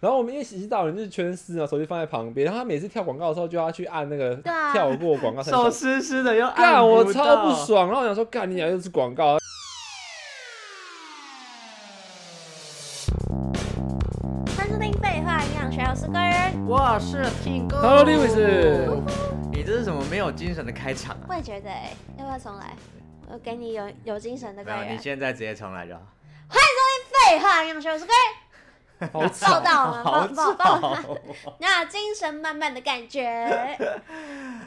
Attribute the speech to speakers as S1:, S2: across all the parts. S1: 然后我们因为洗洗澡人就是全湿嘛，手机放在旁边，然后他每次跳广告的时候就要去按那个
S2: 对啊
S1: 跳过广告才能
S3: 手湿湿的又按
S1: 干我
S3: 不
S1: 超
S3: 到
S1: 不爽，然后我想说干你俩又是广告。
S2: 欢迎收听《废话营养学》，我是个人，
S3: 我是听歌。
S1: Hello Lewis，
S3: 你这是什么没有精神的开场啊？
S2: 我也觉得、欸，要不要重来？我给你有有精神的
S3: 没
S2: 个
S3: 有，
S2: 人。
S3: 你现在直接重来就好。
S2: 废话营养学，我是 个人，
S1: 好
S2: 报
S1: 吵。
S2: 道了，
S3: 好
S2: 报报报道
S3: 吵！
S2: 那精神满满的感觉，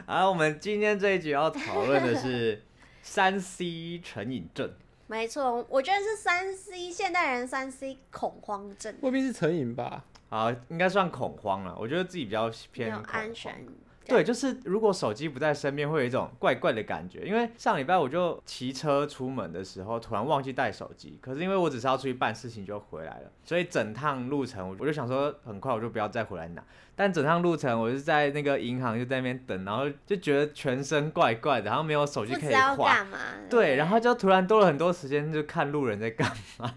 S3: 啊，我们今天这一集要讨论的是三 C 成瘾症。
S2: 没错，我觉得是三 C 现代人三 C 恐慌症，
S1: 未必是成瘾吧？
S3: 好，应该算恐慌了。我觉得自己比较
S2: 没
S3: 偏
S2: 有
S3: 恐慌
S2: 安全。
S3: 对，就是如果手机不在身边，会有一种怪怪的感觉。因为上礼拜我就骑车出门的时候，突然忘记带手机，可是因为我只是要出去办事情就回来了，所以整趟路程我我就想说，很快我就不要再回来拿。但整趟路程我是在那个银行就在那边等，然后就觉得全身怪怪的，然后没有手机
S2: 不
S3: 可
S2: 知
S3: 以
S2: 道
S3: 划。
S2: 干嘛。
S3: 对，然后就突然多了很多时间，就看路人在干 嘛。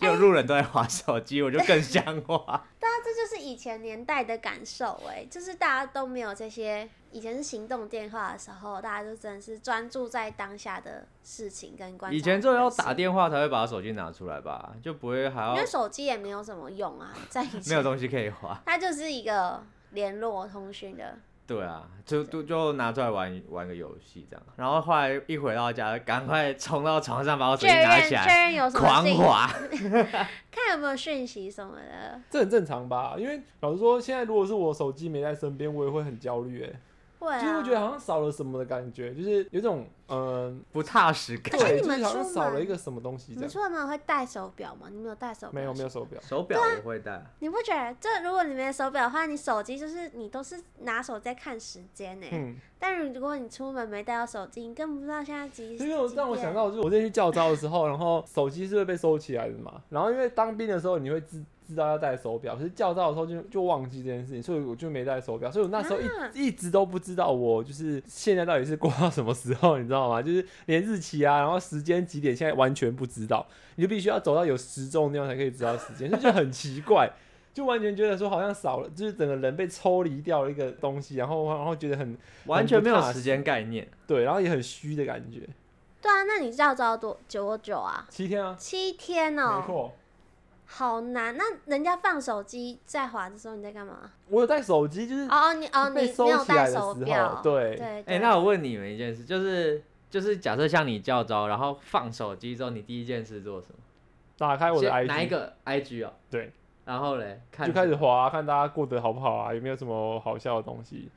S3: 就路人都在划手机，我就更想 划。
S2: 大家这就是以前年代的感受哎、就是大家都没有这些。以前是行动电话的时候，大家就真的是专注在当下的事情跟观察。
S3: 以前只有要打，电话才会把手机拿出来吧，就不会还要
S2: 因为手机也没有什么用 啊，在以
S3: 没
S2: 前，
S3: 有东西可以滑。
S2: 它就是一个联络通讯的。
S3: 对啊，就就就拿出来玩玩个游戏这样。然后后来一回到家，赶快冲到床上把我手
S2: 确
S3: 机拿
S2: 认
S3: 起
S2: 确
S3: 来，
S2: 认有什么
S3: 狂
S2: 信，
S3: 滑。
S2: 看有没有讯息什么的。
S1: 这很正常吧？因为老实说，现在如果是我手机没在身边，我也会很焦虑哎、
S2: 会啊，
S1: 就是会觉得好像少了什么的感觉，就是有种嗯、
S3: 不踏实感。
S2: 可是
S1: 对，
S2: 你
S1: 就
S2: 们
S1: 是好像
S2: 出
S1: 少
S2: 门
S1: 了一个什么东西
S2: 你
S1: 这样。
S2: 们出门会戴手表吗？你没有戴手表？
S1: 没有没有。手表，
S3: 手表我会戴，
S2: 你不觉得这如果你没手表的话，你手机就是你都是拿手在看时间呢、
S1: 嗯，
S2: 但如果你出门没带到手机，你根本不知道现在几
S1: 因为我
S2: 几
S1: 让我
S2: 点
S1: 想到，就是我之前去教招的时候，然后手机是会被收起来的嘛，然后因为当兵的时候你会知知道要带手表，可是教招的时候就就忘记这件事情，所以我就没带手表，所以我那时候一、
S2: 啊
S1: 一直都不知道我就是现在到底是过到什么时候，你知道吗？就是连日期啊，然后时间几点，现在完全不知道，你就必须要走到有时钟的地方才可以知道时间，所以就很奇怪。就完全觉得说好像少了，就是整个人被抽离掉了一个东西，然后然后觉得很
S3: 完全没有
S1: 很不踏实
S3: 时间概念。
S1: 对，然后也很虚的感觉。
S2: 对啊，那你教招多久久啊？
S1: 七天啊，
S2: 七天
S1: 没
S2: 哦，
S1: 错。
S2: 好难。那人家放手机在滑的时候，你在干嘛？
S1: 我有带手机，就是
S2: 哦
S3: 啊
S2: 哦，你哦
S1: 被
S2: 你
S1: 收
S2: 没有
S1: 起来
S2: 带
S1: 的
S2: 手
S1: 时
S2: 表
S1: 候，，对，
S2: 对
S3: 哎、
S2: 对。
S3: 那我问你们一件事，就是就是假设像你叫招，然后放手机之后，你第一件事做什么？
S1: 打开我的
S3: 先
S1: IG，
S3: 哪一个 IG 哦？
S1: 对，
S3: 然后嘞，看
S1: 就开始滑、看大家过得好不好啊，有没有什么好笑的东西。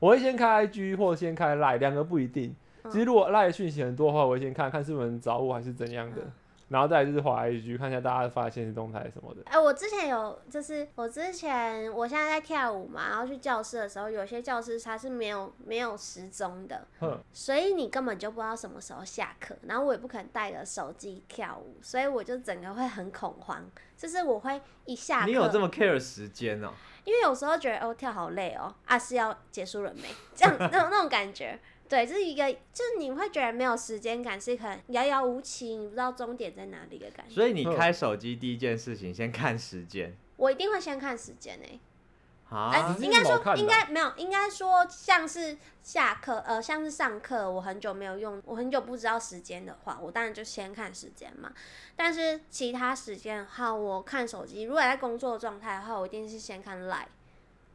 S1: 我会先开 IG 或先开 Line，两个不一定。
S2: 嗯
S1: 其实如果 Line 讯息很多的话，我会先看看是不是有人找我还是怎样的，
S2: 嗯
S1: 然后再来就是滑 IG 看一下大家发的现实动态什么的。
S2: 哎、我之前有，就是我之前，我现在在跳舞嘛，然后去教室的时候，有些教室它是没有没有时钟的，
S1: 哼，
S2: 所以你根本就不知道什么时候下课，然后我也不可能带着手机跳舞，所以我就整个会很恐慌，就是我会一下课，
S3: 你有这么 care 时间哦？
S2: 因为有时候觉得哦跳好累哦，啊是要结束了没？这样那种那种感觉，对，这是一个就是你会觉得没有时间感，是很遥遥无期，你不知道终点在哪里的感觉。
S3: 所以你
S1: 嗯
S3: 开手机第一件事情，先看时间
S2: 我一定会先看时间诶、
S3: 啊？
S2: 哎、
S1: 时间
S2: 应该
S1: 怎么看
S2: 说
S1: 的
S2: 应该没有，应该说像是下课呃像是上课，我很久没有用，我很久不知道时间的话，我当然就先看时间嘛。但是其他时间的话，我看手机，如果在工作状态的话，我一定是先看 Line。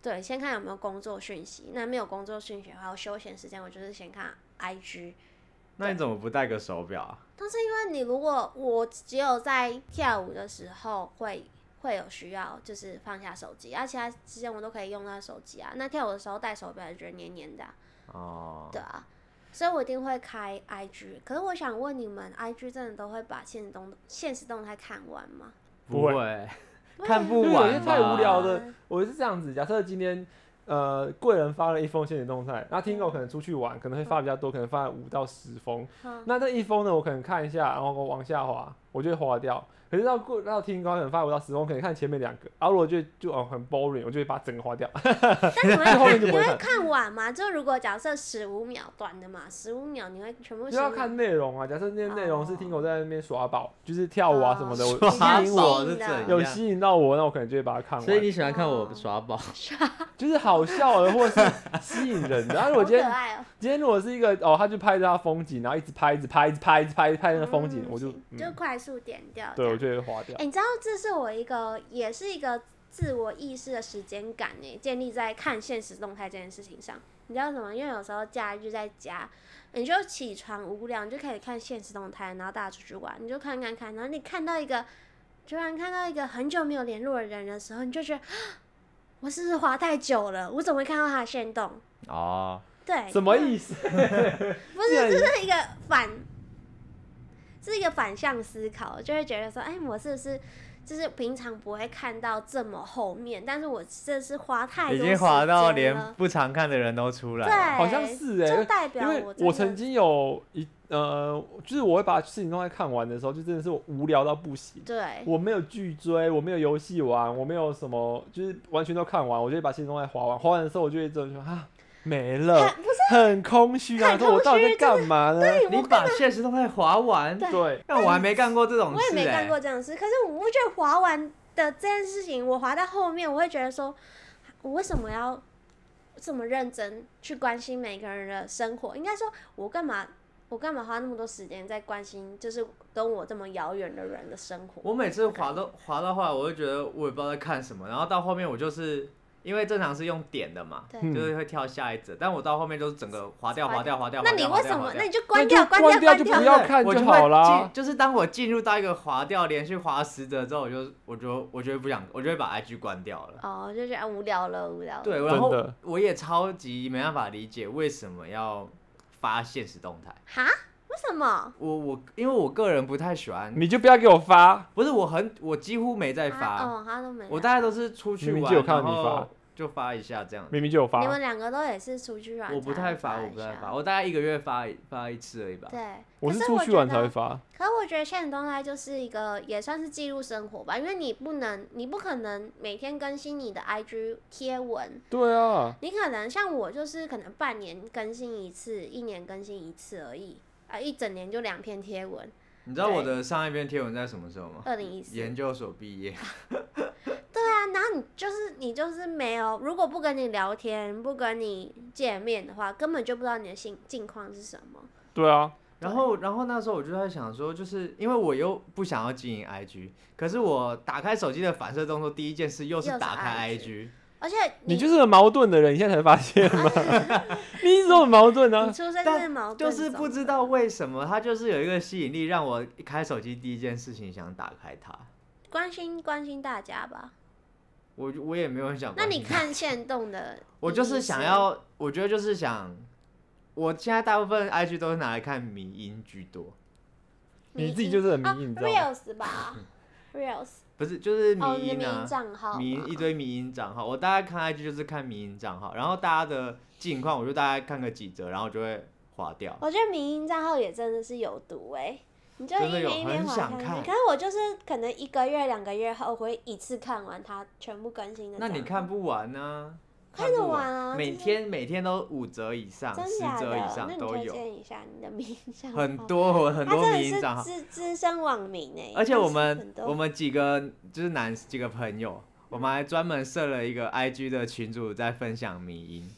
S2: 对，先看有没有工作讯息。那没有工作讯息的话，我休闲时间我就是先看 IG。
S3: 那你怎么不戴个手表啊？
S2: 但是因为你如果我只有在跳舞的时候会会有需要，就是放下手机，而、啊其他时间我都可以用到手机啊。那跳舞的时候戴手表就觉得黏黏的啊、
S3: 哦，
S2: 对啊。所以我一定会开 IG。可是我想问你们，IG 真的都会把现实动现实动态看 完吗？
S3: 不
S1: 不会
S3: 会，看
S1: 啊
S3: 不
S1: 因为有些
S3: 完
S1: 太无聊
S3: 吧
S1: 的，我是这样子。假设今天呃贵人发了一封现实动态，那听狗可能出去玩，可能会发比较多，可能发五到十封。
S2: 哼
S1: 那这一封呢，我可能看一下，然后我往下滑，我就会划掉。可是到过到听高能发五到十，我可能看前面两个，然后我就就哦很 boring，我就会把整个划掉。
S2: 但你会
S1: 后面
S2: 看
S1: 就
S2: 你
S1: 不会看
S2: 会看完吗？就如果假设十五秒短的嘛，十五秒你会全部
S1: 就要
S2: 15
S1: 看内容啊。假设那些内容是听我在那边耍宝，就是跳舞啊什么的，我
S2: 哦
S1: 吸引我
S3: 耍宝是怎样
S1: 有吸引到我，那我可能就会把它看
S4: 所以
S1: 完。
S4: 你喜欢看
S2: 哦
S4: 我耍宝？
S1: 就是好笑的，或是吸引 人的。然后
S2: 好
S1: 我
S2: 可
S1: 今天
S2: 爱哦、
S1: 今天如果是一个哦，他就拍着他风景，然后一直拍，一直拍，一直拍，一直拍一直拍那个风景，
S2: 嗯
S1: 我就、
S2: 就
S1: 嗯、
S2: 快速点掉这
S1: 对
S2: 样。
S1: 我就会划掉
S2: 哎、。你知道这是我一个，也是一个自我意识的时间感呢，建立在看现实动态这件事情上。你知道什么？因为有时候假日在家，你就起床无聊，你就开始看现实动态，然后大家出去玩，你就看看看，然后你看到一个，突然看到一个很久没有联络的人的时候，你就觉得，啊 我是不是滑太久了？我怎么会看到他的线动？
S3: 哦，
S2: 对，
S1: 什么意思？
S2: 哎不是，这是一个反，是一个反向思考，就会觉得说，哎，我是不是就是平常不会看到这么后面，但是我这是花太多
S3: 已经滑到
S2: 时间
S3: 连
S2: 了
S3: 不常看的人都出来
S2: 对，
S3: 了。
S1: 好像是
S3: 欸
S1: 哎
S2: 就代
S1: 因
S2: 表
S1: 为
S2: 我真
S1: 我
S2: 的
S1: 曾经有一呃，就是我会把事情都在看完的时候，就真的是我无聊到不行。
S2: 对
S1: 我没有剧追，我没有游戏玩，我没有什么，就是完全都看完，我就会把新动态划完。划完的时候，我就会这样说啊，没了
S2: 看，不是
S1: 很空虚啊！
S2: 很空
S1: 说我到底在
S2: 虚
S1: 干嘛呢？
S2: 对
S3: 啊你
S2: 我
S3: 把现实动态滑完，
S2: 对
S1: 对，
S3: 但我还没干过这种事、
S2: 我
S3: 欸，
S2: 也没干过这样的事，可是我不觉得滑完的这件事情，我滑到后面，我会觉得说，我为什么要这么认真去关心每个人的生活？应该说，我干嘛？我干嘛花那么多时间在关心，就是跟我这么遥远的人的生活？
S3: 我每次滑到滑到后来，我就觉得我也不知道在看什么，然后到后面我就是因为正常是用点的嘛，
S2: 对
S1: 嗯
S3: 就是会跳下一则，但我到后面就是整个滑掉滑掉滑掉。
S2: 那你
S3: 滑
S2: 为
S3: 掉
S2: 什么
S3: 滑？掉
S2: 那你就
S1: 那
S2: 关
S1: 就
S2: 掉，
S1: 关
S2: 掉，
S1: 掉
S2: 关
S1: 就不
S2: 掉
S1: 要看
S3: 我
S1: 就
S3: 就
S1: 好
S3: 会
S1: 啦
S3: 进，就是当我进入到一个滑掉连续滑十折之后，我就我就我就会不想，我就会把 IG 关掉了。
S2: 哦，就觉得无聊了，无聊了。
S3: 对，
S1: 的
S3: 然后我也超级没办法理解为什么要发现实动态。
S2: 哈？为什么？
S3: 我我因为我个人不太喜欢，
S1: 你就不要给我发，
S3: 不是我很我几乎没在发，
S2: 啊哦，他都没来。
S3: 我大概都是出去
S1: 明明
S3: 玩，
S1: 就有看到你
S3: 然
S1: 发
S3: 后就发一下这样。
S1: 明明就有
S2: 你
S1: 发
S2: 们，两个都也是出去玩才
S3: 我
S2: 会一下，
S3: 不太发，我不太发，我大概一个月发一发一次而已吧。
S2: 对，
S1: 我是
S2: 可
S1: 出
S2: 我
S1: 去
S2: 觉
S1: 玩才
S2: 得
S1: 会发。
S2: 可我觉得现实动态就是一个也算是记录生活吧，因为你不能，你不可能每天更新你的 IG 贴文，
S1: 对啊，
S2: 你可能像我就是可能半年更新一次，一年更新一次而已，啊，一整年就两篇贴文。
S3: 你知道我的上一篇贴文在什么时候吗？
S2: 二零一四，
S3: 研究所毕业，
S2: 对啊，然后你就是你就是没有，如果不跟你聊天，不跟你见面的话，根本就不知道你的近近况是什么。
S1: 对啊，
S3: 然后然后那时候我就在想说，就是因为我又不想要经营 IG，可是我打开手机的反射动作第一件事又
S2: 又
S3: 是
S2: 是
S3: 打开
S2: IG
S3: IG，
S2: 而且
S1: 你就是个矛盾的人，你现在才发现 吗？ 你一直都很矛盾
S2: 你
S1: 啊，
S2: 出生
S3: 但
S2: 是矛盾，
S3: 就是不知道。为什么它就是有一个吸引力，让我一开手机第一件事情想打开它。
S2: 关心关心大家吧。
S3: 我我也没有很想
S2: 那
S3: 关心
S2: 你
S3: 它
S2: 看现动的，
S3: 我就是想。要，我觉得就是想，我现在大部分 IG 都是拿来看迷音居多，
S1: 你自己就是很迷
S2: 啊
S1: 你知道吗
S2: ，reels 吧，reels
S3: 不是就是嗯迷
S2: 哦，你的
S3: 音
S2: 迷
S3: 啊
S2: 因，账号
S3: 迷音
S2: 嘛
S3: 一堆迷音账号，我大概看 IG 就是看迷音账号，然后大家的近况我就大概看个几折，然后就会划掉。
S2: 我觉得迷因账号也真的是有毒哎、你就一
S3: 真的有
S2: 篇一篇
S3: 很
S2: 往
S3: 想
S2: 看
S3: 看
S2: 可是我就是可能一个月、两个月后我会一次看完它全部更新的。
S3: 那你看，不完呢、
S2: 看
S3: 不
S2: 得完啊
S3: 每
S2: 就是
S3: 天每天都五折以上、
S2: 真
S3: 十
S2: 假
S3: 折以
S2: 的？那
S3: 上
S2: 你
S3: 都
S2: 推
S3: 有，
S2: 荐一下你的迷因账号，
S3: 很多我很
S2: 哦他
S3: 多迷
S2: 真
S3: 音账
S2: 的
S3: 号
S2: 是，资资深网民哎、
S3: 而且我
S2: 他是
S3: 们
S2: 很多
S3: 我们几个就是男几个朋友，我们还专门设了一个 IG 的群组在分享迷音，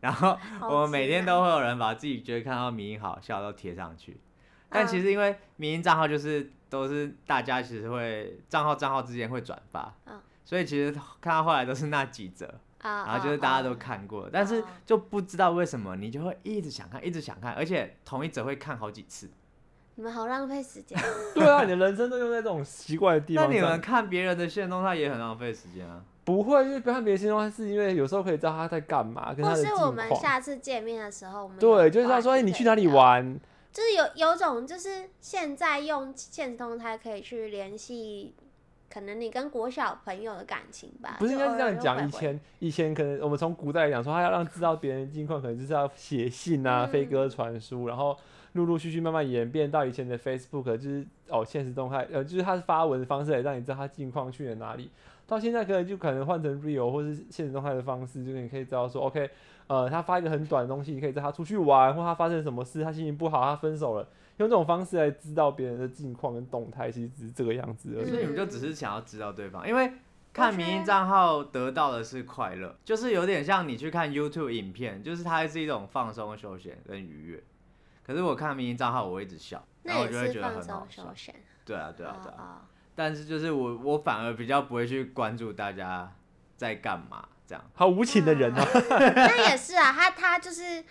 S3: 然后我们每天都会啊有人把自己觉得看到迷音好笑都贴上
S2: 嗯
S3: 去，但其实因为迷音账号就是都是大家其实会账号账号之间会转发
S2: 嗯，
S3: 所以其实看到后来都是那几则，
S2: 啊，
S3: 然后就是大家都
S2: 看。
S3: 看过，但是
S2: 啊
S3: 就不知道为什么你就会一直想看，一直想看，而且同一则会看好几次。
S2: 你们好浪费时间。
S1: 对啊，你的人生都用在这种奇怪的地
S3: 那
S1: 方
S3: 你
S1: 上
S3: 们。看别人的线动态也很浪费时间啊。
S1: 不会，因为不看别人心态，是因为有时候可以知道他在干嘛，跟他
S2: 或
S1: 的
S2: 哦是
S1: 近
S2: 我们
S1: 况。
S2: 下次见面的时候，我们有
S1: 对，就是他说，
S2: 话
S1: 哎、
S2: 题
S1: 你
S2: 可
S1: 去
S2: 以
S1: 哪里
S2: 聊？
S1: 玩？
S2: 就是有有种就是现在用现实动态可以去联系，可能你跟国小朋友的感情吧。
S1: 不是应
S2: 就
S1: 该是这
S2: 偶尔
S1: 样
S2: 就
S1: 讲？
S2: 会
S1: 以
S2: 回
S1: 前以前可能我们从古代来讲说，他要让知道别人近况，可能就是要写信啊、
S2: 嗯
S1: 飞鸽传书，然后陆陆续续慢慢演变到以前的 Facebook，就是哦现实动态，呃，就是它是发文的方式来让你知道它近况去了哪里。到现在可能就可能换成 real 或是现实动态的方式，就是你可以知道说，OK，呃，他发一个很短的东西，你可以知道他出去玩，或他发生什么事，他心情不好，他分手了，用这种方式来知道别人的近况跟动态，其实只是这个样子而已。
S3: 所以你们就只是想要知道对方，因为看迷因账号得到的是快乐，就是有点像你去看 YouTube 影片，就是它是一种放松、休闲跟愉悦。可是我看迷因账号，我会一直笑，
S2: 那
S3: 然后
S2: 也
S3: 我就会
S2: 是
S3: 觉得
S2: 放
S3: 很
S2: 松
S3: 好笑
S2: 休。闲。
S3: 对啊，对啊，对啊。
S2: 啊。
S3: 但是就是我，我反而比较不会去关注大家在干嘛这样。
S1: 好无情的人啊！
S2: 那也是啊，他他就是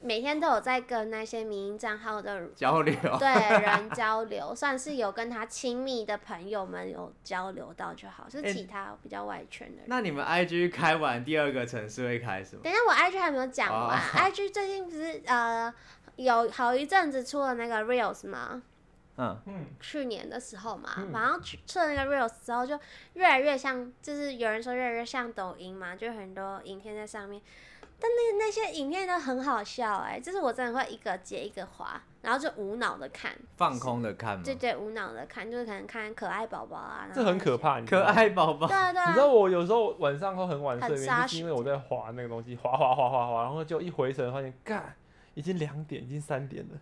S2: 每天都有在跟那些民营账号的
S3: 交流，
S2: 对人交流，算是有跟他亲密的朋友们有交流到就好，是
S3: 哎
S2: 其他比较外圈的人。
S3: 那你们 IG 开完第二个城市会开什么？
S2: 等一下，我 IG 还没有讲完、
S3: 哦
S2: i g 最近不是呃有好一阵子出了那个 Reels 吗？
S3: 嗯，
S1: 嗯，
S2: 去年的时候嘛，
S1: 嗯
S2: 然后去测那个 reels 之后，就越来越像，就是有人说越来越像抖音嘛，就很多影片在上面，但那那些影片都很好笑哎、就是我真的会一个接一个滑，然后就无脑的看，
S1: 嗯
S3: 放空的看吗？
S2: 对对，无脑的看，就是可能看可爱宝宝啊，然后
S1: 这很可
S2: 些，
S1: 怕，你知道
S3: 可
S1: 吗。
S3: 爱宝宝
S2: 对，啊对
S1: 你
S2: 啊
S1: 知，道我有时候晚上会很晚
S2: 很
S1: 睡眠，
S2: 扎
S1: 就是因
S2: 实
S1: 为我在滑那个东西，滑滑滑滑滑，然后就一回神发现，干，已经两点，已经三点了。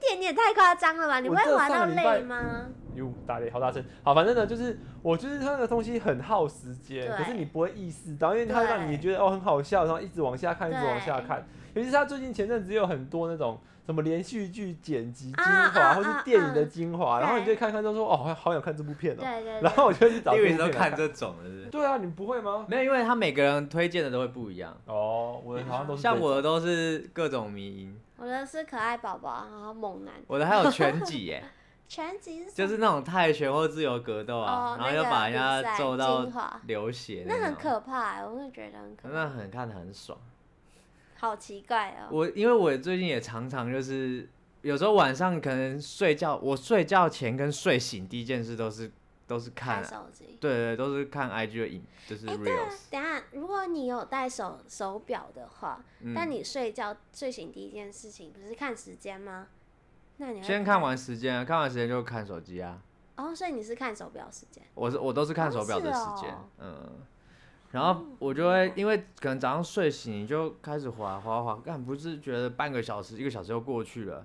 S2: 一点点太夸张了吧？你不
S1: 我
S2: 会
S1: 这
S2: 滑
S1: 上
S2: 到
S1: 个礼拜
S2: 累吗？
S1: 哟，打雷，好大声！好，反正呢，就是我就是它那个东西很耗时间，
S2: 对
S1: 可是你不会意识到，因为它
S2: 对
S1: 让你觉得哦很好笑，然后一直往下看，一直往下看。尤其是它最近前阵子有很多那种什么连续剧剪辑精
S2: 啊
S1: 华，
S2: 啊
S1: 或是
S2: 啊
S1: 电影的
S2: 啊
S1: 精华，然后你就
S2: 对
S1: 看看就说哦，好好想看这部片
S2: 对
S1: 哦，
S2: 对
S1: 然
S2: 对，
S1: 后我就去找
S3: 你
S1: 这部
S3: 以为
S1: 片
S3: 你都
S1: 来
S3: 看
S1: 看。
S3: 这种的是不是？
S1: 对啊，你不会吗？
S3: 没有，因为他每个人推荐的都会不一样。
S1: 哦，我的好像都是
S3: 像
S1: 这
S3: 我的都是各种迷音，
S2: 我的是可爱宝宝，然后猛男，
S3: 我的还有拳击 耶，
S2: 全集是什
S3: 就
S2: 么
S3: 是那种泰拳或自由格斗啊，
S2: 哦
S3: 然后
S2: 那
S3: 又
S2: 个
S3: 把人
S2: 比
S3: 家
S2: 赛
S3: 揍到
S2: 精华
S3: 流血
S2: 那很
S3: 种
S2: 可怕、欸，我会觉得很可
S3: 那
S2: 怕，
S3: 很看得很爽。
S2: 好奇怪哦、
S3: 我因为我最近也常常就是有时候晚上可能睡觉，我睡觉前跟睡醒第一件事都是都是看
S2: 看
S3: 啊，
S2: 手机。
S3: 对对，都是看 IG 的影，就是
S2: 哎
S3: reels。
S2: 等一下，如果你有戴手手表的话，但
S3: 嗯，
S2: 你睡觉睡醒第一件事情不是看时间吗？那你会
S3: 先看完时间啊，看完时间就看手机啊。
S2: 哦，所以你是看手表时间
S3: 我是我都是看手表的时间，
S2: 哦嗯
S3: 嗯，然后我就会因为可能早上睡醒你就开始滑滑滑，干不是觉得半个小时一个小时又过去了，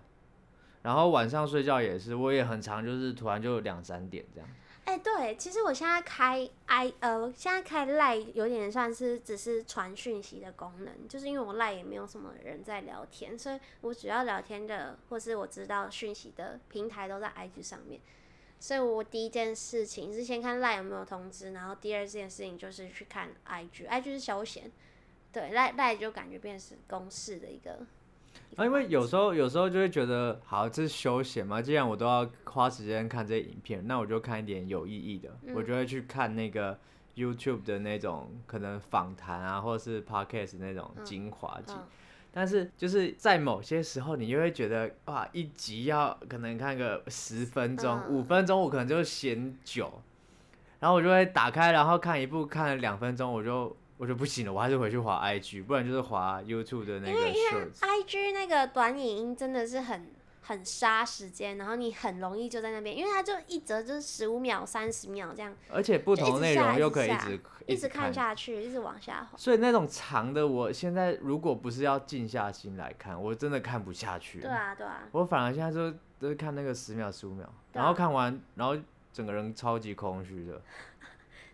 S3: 然后晚上睡觉也是，我也很常就是突然就两三点这样，
S2: 哎、对，其实我现在开 i 呃，现在开赖有点算是只是传讯息的功能，就是因为我赖也没有什么人在聊天，所以我主要聊天的或是我知道讯息的平台都在 IG 上面，所以我第一件事情是先看赖有没有通知，然后第二件事情就是去看 IG，IG 是休闲，对，赖赖就感觉变成是公式的一个，一
S3: 啊，
S2: 个
S3: 因为
S2: 环
S3: 有
S2: 节
S3: 时候有时候就会觉得好这是休闲嘛，既然我都要花时间看这些影片，那我就看一点有意义的，
S2: 嗯
S3: 我就会去看那个。YouTube 的那种可能访谈啊，或者是 Podcast 那种
S2: 嗯
S3: 精华集，
S2: 嗯
S3: 但是就是在某些时候，你又会觉得哇，一集要可能看个十分钟、
S2: 嗯
S3: 五、分钟，我可能就嫌久，然后我就会打开，然后看一部，看了两分钟，我就我就不行了，我还是回去滑 IG，不然就是滑 YouTube 的那个 Shorts。
S2: IG 那个短影音真的是很很杀时间，然后你很容易就在那边，因为它就一折就是十五秒、三十秒这样，
S3: 而且不同内容又可以一直
S2: 一直看
S3: 看。
S2: 下去，一直往下滑。
S3: 所以那种长的，我现在如果不是要静下心来看，我真的看不下去。
S2: 对啊，对啊，
S3: 我反而现在就都是看那个十秒、十五秒，
S2: 对啊
S3: 然后看完，然后整个人超级空虚的。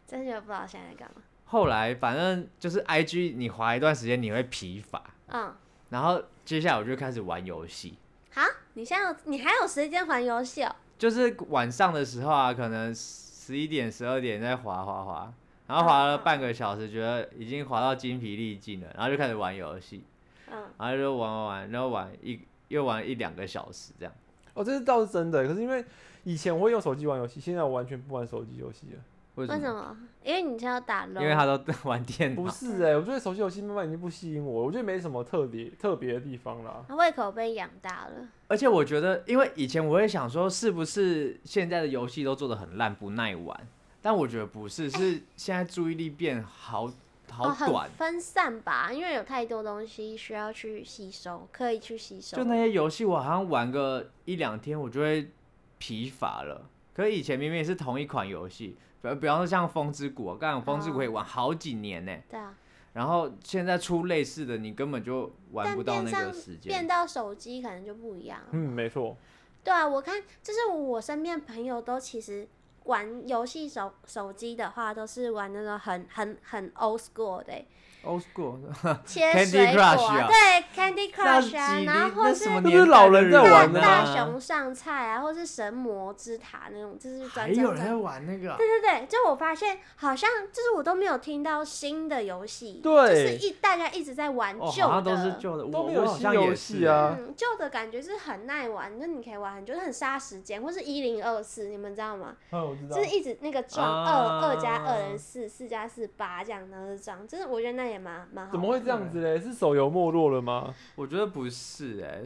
S2: 真的不知道现在在干嘛。
S3: 后来反正就是 I G，你滑一段时间你会疲乏，
S2: 嗯，
S3: 然后接下来我就开始玩游戏，
S2: 好，你现在有你还有时间玩游戏哦？
S3: 就是晚上的时候啊，可能十一点、十二点在滑滑滑，然后滑了半个小时，觉得已经滑到筋疲力尽了，然后就开始玩游戏，
S2: 嗯，
S3: 然后就玩玩玩，然后玩一又玩一两个小时这样。
S1: 哦，这是倒是真的。可是因为以前我会用手机玩游戏，现在我完全不玩手机游戏了。
S3: 为
S2: 为什么？因为你现在要打 l
S3: 因为他都玩电
S1: 不
S3: 脑，
S1: 是哎、我觉得手机游戏慢慢已经不吸引我，我觉得没什么特别特别的地方啦。
S2: 胃口被养大了。
S3: 而且我觉得，因为以前我会想说，是不是现在的游戏都做的很烂，不耐玩？但我觉得不是，是现在注意力变好好
S2: 哦、
S3: 短
S2: 很，分散吧，因为有太多东西需要去吸收，可以去吸收。
S3: 就那些游戏我好像玩个一两天我就会疲乏了。可是以前明明也是同一款游戏，比比方说像《风之谷》啊，刚刚《风之谷》可以
S2: 哦
S3: 玩好几年呢、
S2: 对啊，
S3: 然后现在出类似的，你根本就玩不
S2: 但
S3: 到
S2: 变
S3: 那个
S2: 上
S3: 时间
S2: 变。到手机可能就不一样了。
S1: 嗯，没错，
S2: 对啊，我看就是我身边朋友都其实玩游戏手手机的话，都是玩那种很很很 old school 的欸、
S3: Old school，
S2: 切
S3: Candy
S2: 水果
S3: Crush 啊
S2: 对 Candy
S3: 那
S2: Crush 啊，然
S3: 几那
S2: 后或
S3: 那
S2: 是
S3: 什么
S1: 那是
S3: 年代
S1: 老人在
S2: 大
S1: 玩的
S2: 大
S1: 啊
S2: 熊上菜啊，或是神魔之塔那种，就是
S3: 还
S2: 转
S3: 有
S2: 转
S3: 人在
S2: 转。
S3: 玩啊那个啊、
S2: 对对对，就我发现好像就是我都没有听到新的游戏，就是
S1: 对
S2: 一大家一直在玩
S3: 哦，
S2: 旧
S3: 好像都是
S2: 的。
S3: 旧的，
S1: 都
S3: 我
S1: 没有
S3: 我好
S1: 新
S3: 像
S1: 游
S3: 也
S1: 戏
S3: 是欸
S1: 啊
S2: 嗯，旧的感觉是很耐玩，那你可以玩很久，就是很杀时间，或是一零二四，你们知道吗？
S1: 嗯，我知道
S2: 就。是一直那个撞
S3: 啊
S2: 二二加二等于四，四加四八这样，然后就这样，就是我觉得那也蛮蛮好。
S1: 怎么会这样子嘞？是手游没落了吗？
S3: 我觉得不是哎、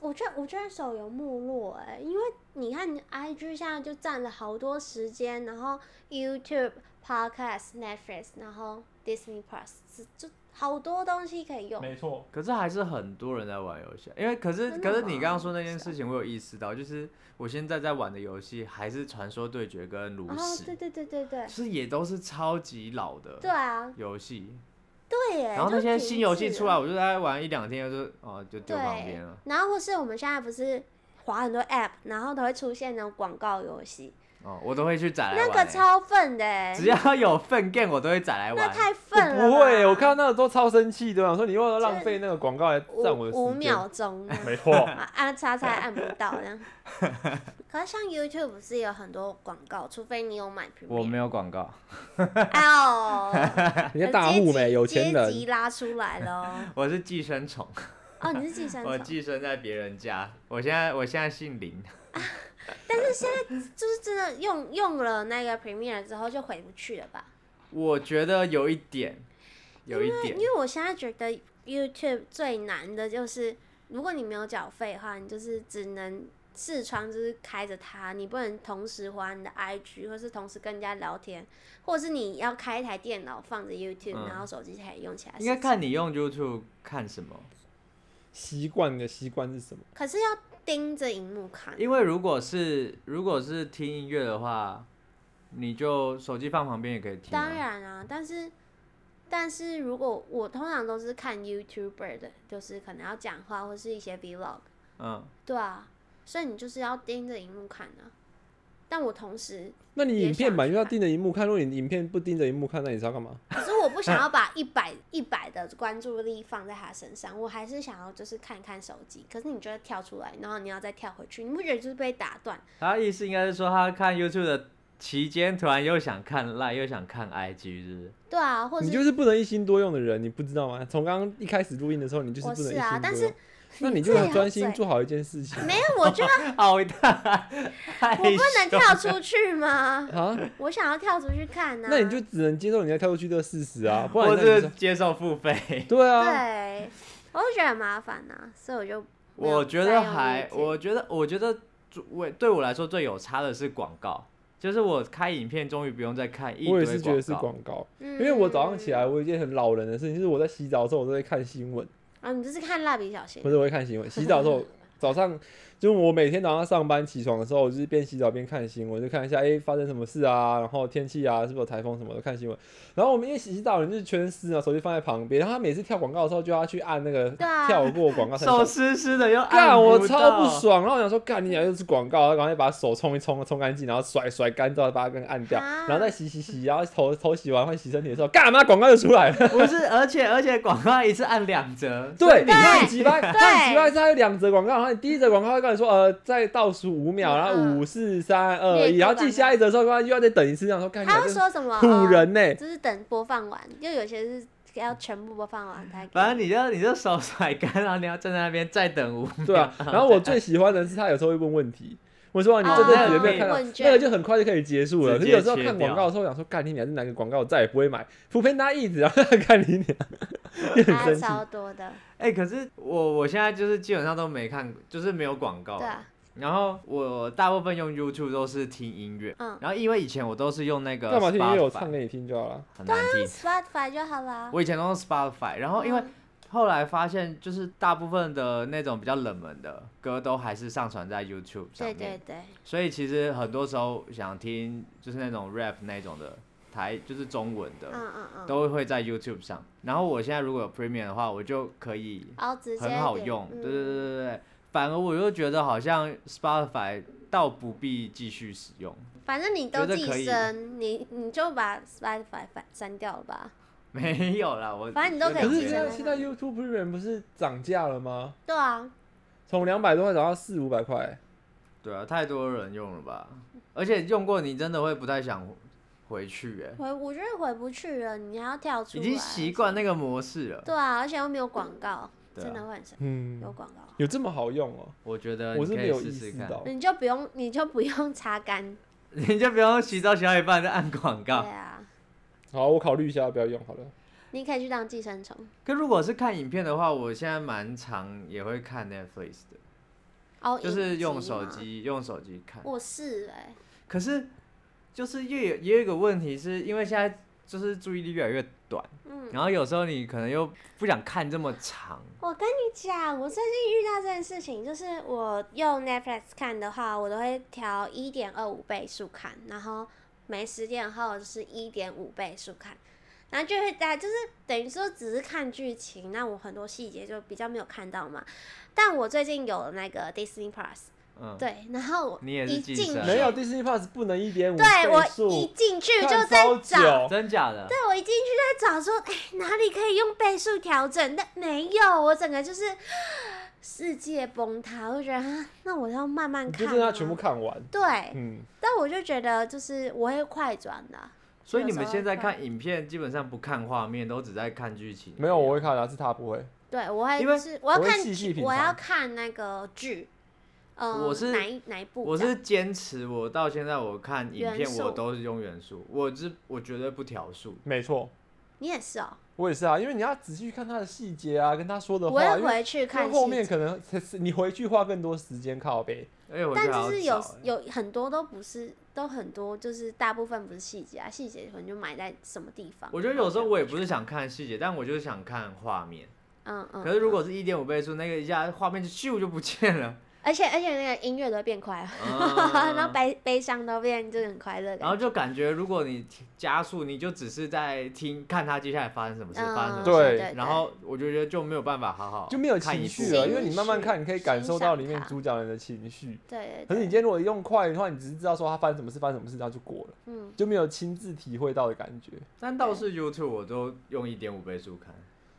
S2: 我觉得我觉得手游没落哎、因为你看你 IG 现在就占了好多时间，然后 YouTube、Podcast、Netflix，然后 Disney Plus，是就好多东西可以用。
S1: 错，
S3: 可是还是很多人在玩游戏啊，因为可是
S2: 真的
S3: 可是你
S2: 吗
S3: 刚刚说那件
S2: 是啊
S3: 事情，我有意识到，就是我现在在玩的游戏还是《传说对决》跟《炉
S2: 哦
S3: 石，》
S2: 对对对对对
S3: 就，是也都是超级老
S2: 对
S3: 的
S2: 啊，
S3: 游戏。
S2: 对耶。
S3: 然后那
S2: 就
S3: 些
S2: 停
S3: 新游戏
S2: 滞
S3: 出
S2: 了
S3: 来，我就在玩一两天，就是哦就丢旁
S2: 对
S3: 边了。，
S2: 然后或是我们现在不是划很多 App，然 后都会出现那种广告游戏，
S3: 哦，我都会去载来
S2: 那个
S3: 玩欸、
S2: 超愤的欸，
S3: 只要有份 game 我都会载来
S2: 那
S3: 玩。
S2: 太
S1: 我
S2: 愤了吧。
S1: 不会，我看到那个都超生气的。我想说你为了浪
S2: 就是
S1: 费那个广告来占我的
S2: 五
S1: 时间，
S2: 五秒钟这 样，
S1: 没 错
S2: 啊按叉叉按不到 这样。可是像 YouTube 不是有很多广告，除非你有买 p r
S3: 我没
S2: 有。
S3: 有广告，
S2: 哎呦，
S1: 人家大户欸没有钱
S2: 呃阶
S1: 人
S2: 级，拉出来了哦。
S3: 我是寄生虫，
S2: 哦，你是寄生
S3: 我
S2: 虫，
S3: 寄生在别人家。我现在我现在姓林，
S2: 就是真的用用了那个 Premiere 之后就回不去了吧？
S3: 我觉得有一点，有一点
S2: 因。为我现在觉得 YouTube 最难的就是，如果你没有缴费的话，你就是只能视窗就是开着它，你不能同时滑你的 IG，或是同时跟人家聊天，或者是你要开一台电脑放着 YouTube，、
S3: 嗯
S2: 然后手机才用起来。
S3: 应该看你用 YouTube 看什么，
S1: 习惯你的习惯是什么？
S2: 可是要盯着荧幕看。
S3: 因为如果是如果是听音乐的话，你就手机放旁边也可以听、
S2: 当
S3: 啊。
S2: 然啊，但是但是如果我通常都是看 YouTuber 的，就是可能要讲话或是一些 Vlog。
S3: 嗯，
S2: 对啊，所以你就是要盯着荧幕看啊。但我同时，
S1: 那你影片版
S2: 也
S1: 又要
S2: 想去看
S1: 盯着荧幕看，如果你影片不盯着荧幕看，那你是要干嘛？
S2: 可是我不想要把一百 一百的关注力放在他身上，我还是想要就是看看手机。可是你就会跳出来，然后你要再跳回去，你不觉得就是被打断？
S3: 他的意思应该是说他看 YouTube 的期间，突然又想看 Line，又想看 IG，是不是？
S2: 对啊，或者
S1: 你就是不能一心多用的人，你不知道吗？从刚刚一开始录音的时候，你就是
S2: 我
S1: 不能一
S2: 是
S1: 心
S2: 啊，但
S1: 多
S2: 是
S1: 用。那你
S2: 自
S1: 就
S2: 己
S1: 要
S2: 要
S1: 专心
S2: 嘴
S1: 做好一件事情
S2: 没有，我就要
S3: 好啊大，
S2: 我
S3: 我
S2: 不 能跳出去 吗？
S1: 啊。
S2: 我想要跳出去看啊呢、
S1: 那你就只能接受你要跳出去这个事实啊，不然
S3: 我
S1: 那你
S3: 是
S1: 说
S3: 接受付费。
S1: 对啊，
S2: 对，我就觉得很麻烦呐、所以我就没有
S3: 我觉
S2: 再
S3: 得
S2: 用
S3: 还，
S2: YouTube
S3: 我觉得，我觉得最，我对我来说最有差的是广告，就是我开影片终于不用再看一堆
S1: 我也是觉得是
S3: 广告。
S1: 广告，
S2: 因
S1: 因为我早上起来，
S2: 嗯
S1: 我有一件很老人的事情，就是我在洗澡的时候，我都会看新闻，
S2: 啊，你就是看蜡笔小新
S1: 不，是我会看新闻，洗澡的时 候。早上就是我每天早上上班起床的时候，我就是边洗澡边看新闻，就看一下哎、诶发生什么事啊，然后天气啊是不是有台风什么的看新闻。然后我们因为洗澡人就是全湿啊，手机放在旁边，然后他每次跳广告的时候就要去按那个
S2: 对啊
S1: 跳过广告 才
S3: 手湿湿的又按
S1: 干我
S3: 不
S1: 超
S3: 到
S1: 不爽，然后我想说干你俩又是广告，然后赶快把手冲一冲，冲干净，然后甩甩干之后把它跟按掉，
S2: 啊
S1: 然后再洗洗洗，然后头头洗完换洗身体的时候，干嘛广告就出来了？
S3: 不是，而且而且广告一次按两折，
S1: 对，
S2: 对
S1: 他很急吧，
S2: 对
S1: 他很急吧，他有两则广告，然后你第一则广告会告诉你说，呃，在倒数五秒，然后
S2: 嗯
S1: 五四三二
S2: 略
S1: 一，
S2: 过
S1: 然后
S2: 版
S1: 记下一则的时候，又要再等一次，这样说干你
S2: 他
S1: 俩
S2: 会
S1: 真是
S2: 说什 么？
S1: 唬
S2: 哦
S1: 人呢、
S2: 就是等播放完，就有些是要全部播放完才。
S3: 反正你就你就手甩干，然后你要站在那边再等五秒。
S1: 对 啊，然后我最喜欢的是他有时候会问问题，我说、啊、你
S2: 哦
S1: 这阵子有没
S3: 那个
S1: 有看到？
S2: 问卷
S1: 那个就很快就可以结束了。
S3: 直
S1: 可
S3: 接
S1: 是有时候
S3: 切
S1: 看
S3: 掉
S1: 广告的时候，我想说干你娘是哪个广告，我再也不会买。扶贫拿椅子， 然后看你娘， 也很
S2: 还
S1: 生气。
S2: 超多的，
S3: 哎、可是我我现在就是基本上都没看，就是没有广告
S2: 对。啊，
S3: 然后我大部分用 YouTube 都是听音乐，
S2: 嗯
S3: 然后因为以前我都是用那个
S1: 干嘛去音乐我唱
S3: Spotify，
S1: 给你听就好了。
S3: 很难记。
S2: Spotify 就好啦。
S3: 我以前都用 Spotify，然后因为
S2: 啊嗯
S3: 后来发现，就是大部分的那种比较冷门的歌都还是上传在 YouTube 上
S2: 对
S3: 面，
S2: 对对，
S3: 所以其实很多时候想听就是那种 rap 那种的台，就是中文的，
S2: 嗯嗯嗯，
S3: 都会在 YouTube 上。然后我现在如果有 Premium 的话，我就可以
S2: 然后直接
S3: 很好
S2: 点
S3: 用，对对对
S2: 嗯
S3: 对对。反而我又觉得好像 Spotify 倒不必继续使用，
S2: 反正你都
S3: 觉得
S2: 自己
S3: 可以
S2: 升，你你就把 Spotify 反删掉了吧。
S3: 没有啦，我
S2: 反正你都可以
S1: 可是
S2: 接
S1: 现
S2: 受
S1: 在现在 YouTube Premium 不是涨价了吗？
S2: 对啊，
S1: 从两百多块涨到四五百块，
S3: 对啊，太多人用了吧？而且用过你真的会不太想回去、欸，
S2: 回我觉得回不去了，你还要跳出
S3: 已
S2: 来。
S3: 经习惯那个模式了。
S2: 对啊，而且又没有广告，
S3: 对啊
S2: 真的会很神。
S1: 嗯，
S2: 有广告，
S1: 有这么好用哦、
S3: 我觉得
S1: 我
S3: 呃你
S1: 是
S3: 可
S1: 没
S3: 以
S1: 有
S3: 试
S1: 意
S3: 试
S1: 识
S3: 看，
S1: 到。
S2: 你就不用你就不用擦干。
S3: 你就不用洗澡洗到一半再按广
S2: 对
S3: 告。
S2: 啊，
S1: 好，我考虑一下要不要用好了。
S2: 你可以去当寄生虫。
S3: 可如果是看影片的话，我现在蛮常也会看 Netflix 的，
S2: 哦，
S3: 就是
S2: 影
S3: 用手
S2: 嘛。
S3: 机用手机看。
S2: 我是哎、
S3: 可是就是也有也有一个问题是，因为现在就是注意力越来越短，
S2: 嗯，
S3: 然后有时候你可能又不想看这么长。
S2: 我跟你讲，我最近遇到这件事情，就是我用 Netflix 看的话，我都会调一点二五倍速看，然后没时间后就是一点五倍速看，然后就会在就是等于说只是看剧情，那我很多细节就比较没有看到嘛。但我最近有那个 Disney Plus，
S3: 嗯，
S2: 对，然后我
S3: 你也是
S2: 一
S3: 寄
S2: 进
S3: 生
S2: 去，
S1: 没有 Disney Plus 不能一点五
S2: 对我
S1: 倍速，
S2: 一进去就
S1: 看
S2: 在
S1: 超
S2: 找。
S1: 久。
S3: 真假的？
S2: 对，我一进去在找说，哎、哪里可以用倍速调整？但没有，我整个就是世界崩塌。我就觉得，啊那我要慢慢
S1: 你就
S2: 看啊吗。
S1: 真的要全部看完。
S2: 对，
S1: 嗯，
S2: 但我就觉得就是我会快转啊的、
S3: 所以你们现在看影片基本上不看画面，都只在看剧情。
S1: 没有，我会看啊，是他不会。
S2: 对，我会
S3: 因为
S2: 就是我要
S1: 我会
S2: 看
S1: 细细
S2: 剧，
S1: 品
S2: 我
S1: 尝
S2: 要看那个剧，呃，
S3: 我是
S2: 哪一哪一部
S3: 我
S2: 这样？
S3: 是坚持，我到现在我看影
S2: 元
S3: 片
S2: 素
S3: 我都是用元素，我是我绝对不调数。
S1: 没错，
S2: 你也是哦、
S1: 我也是啊，因为你要仔细去看他的细节啊，跟他说的
S2: 我
S1: 话，
S2: 要
S1: 因为
S2: 回去
S1: 因为
S2: 看
S1: 后
S2: 细
S1: 面
S2: 节
S1: 可能你回去花更多时间靠呗。
S3: 而且我觉
S2: 但
S3: 得好
S2: 就是有
S3: 早欸
S2: 有很多都不是，都很多就是大部分不是细节啊，细节可能就埋在什么地方。
S3: 我觉得有时候
S2: 然后
S3: 我也不是想看细节，但我就是想看画面。
S2: 嗯嗯。
S3: 可是
S2: 嗯
S3: 如果是一点五倍速，那个一下画面就咻就不 见了，
S2: 而且而且那个音乐都会变快，
S3: 嗯
S2: 然后悲悲伤都变就是很快乐的感觉。
S3: 然后就感觉如果你加速，你就只是在听看他接下来发生什么事，
S2: 嗯
S3: 发生什么
S1: 对
S3: 事，
S2: 对
S3: 然后我就觉得就没有办法好好
S1: 就没有
S3: 看一
S1: 情
S3: 部
S1: 绪了，啊
S2: 部
S1: 因为你慢慢看，你可以感受到里
S2: 欣
S1: 面
S2: 赏它
S1: 主角人的情绪。
S2: 对对
S1: 可是你今
S2: 对，
S1: 天如果用快的话，你只是知道说他发生什么事，发生什么事，然后就过了，
S2: 嗯，
S1: 就没有亲自体会到的感觉。
S3: 但倒是 YouTube 我都用一点五倍速看，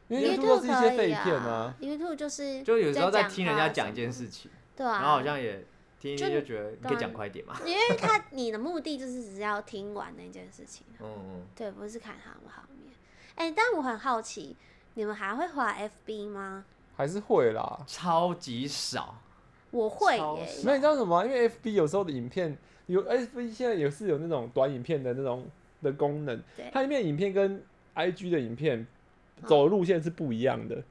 S1: 因为
S2: YouTube
S1: 都是一些
S2: 可以
S1: 废片啊，
S2: ，YouTube 就是
S3: 就有时候在听人家
S2: 呃话
S3: 讲一
S2: 什
S3: 件
S2: 么，
S3: 事情，
S2: 对啊，
S3: 然后好像也听一
S2: 就
S3: 听
S2: 你
S3: 就觉得你可以讲快一点嘛。
S2: 因为他你的目的就是只要听完那件事情，
S3: 嗯
S2: 对，不是看好不好面。哎，但我很好奇，你们还会滑 FB 吗？
S1: 还是会啦
S3: 嗯，。超级少，
S2: 我会
S3: 超
S2: 耶，
S3: 少
S1: 没有，你知道什么吗？因为 FB 有时候的影片有 FB 现在也是有那种短影片的那种的功能
S2: 对，
S1: 它里面的影片跟 IG 的影片
S2: 嗯
S1: 走的路线是不一样的。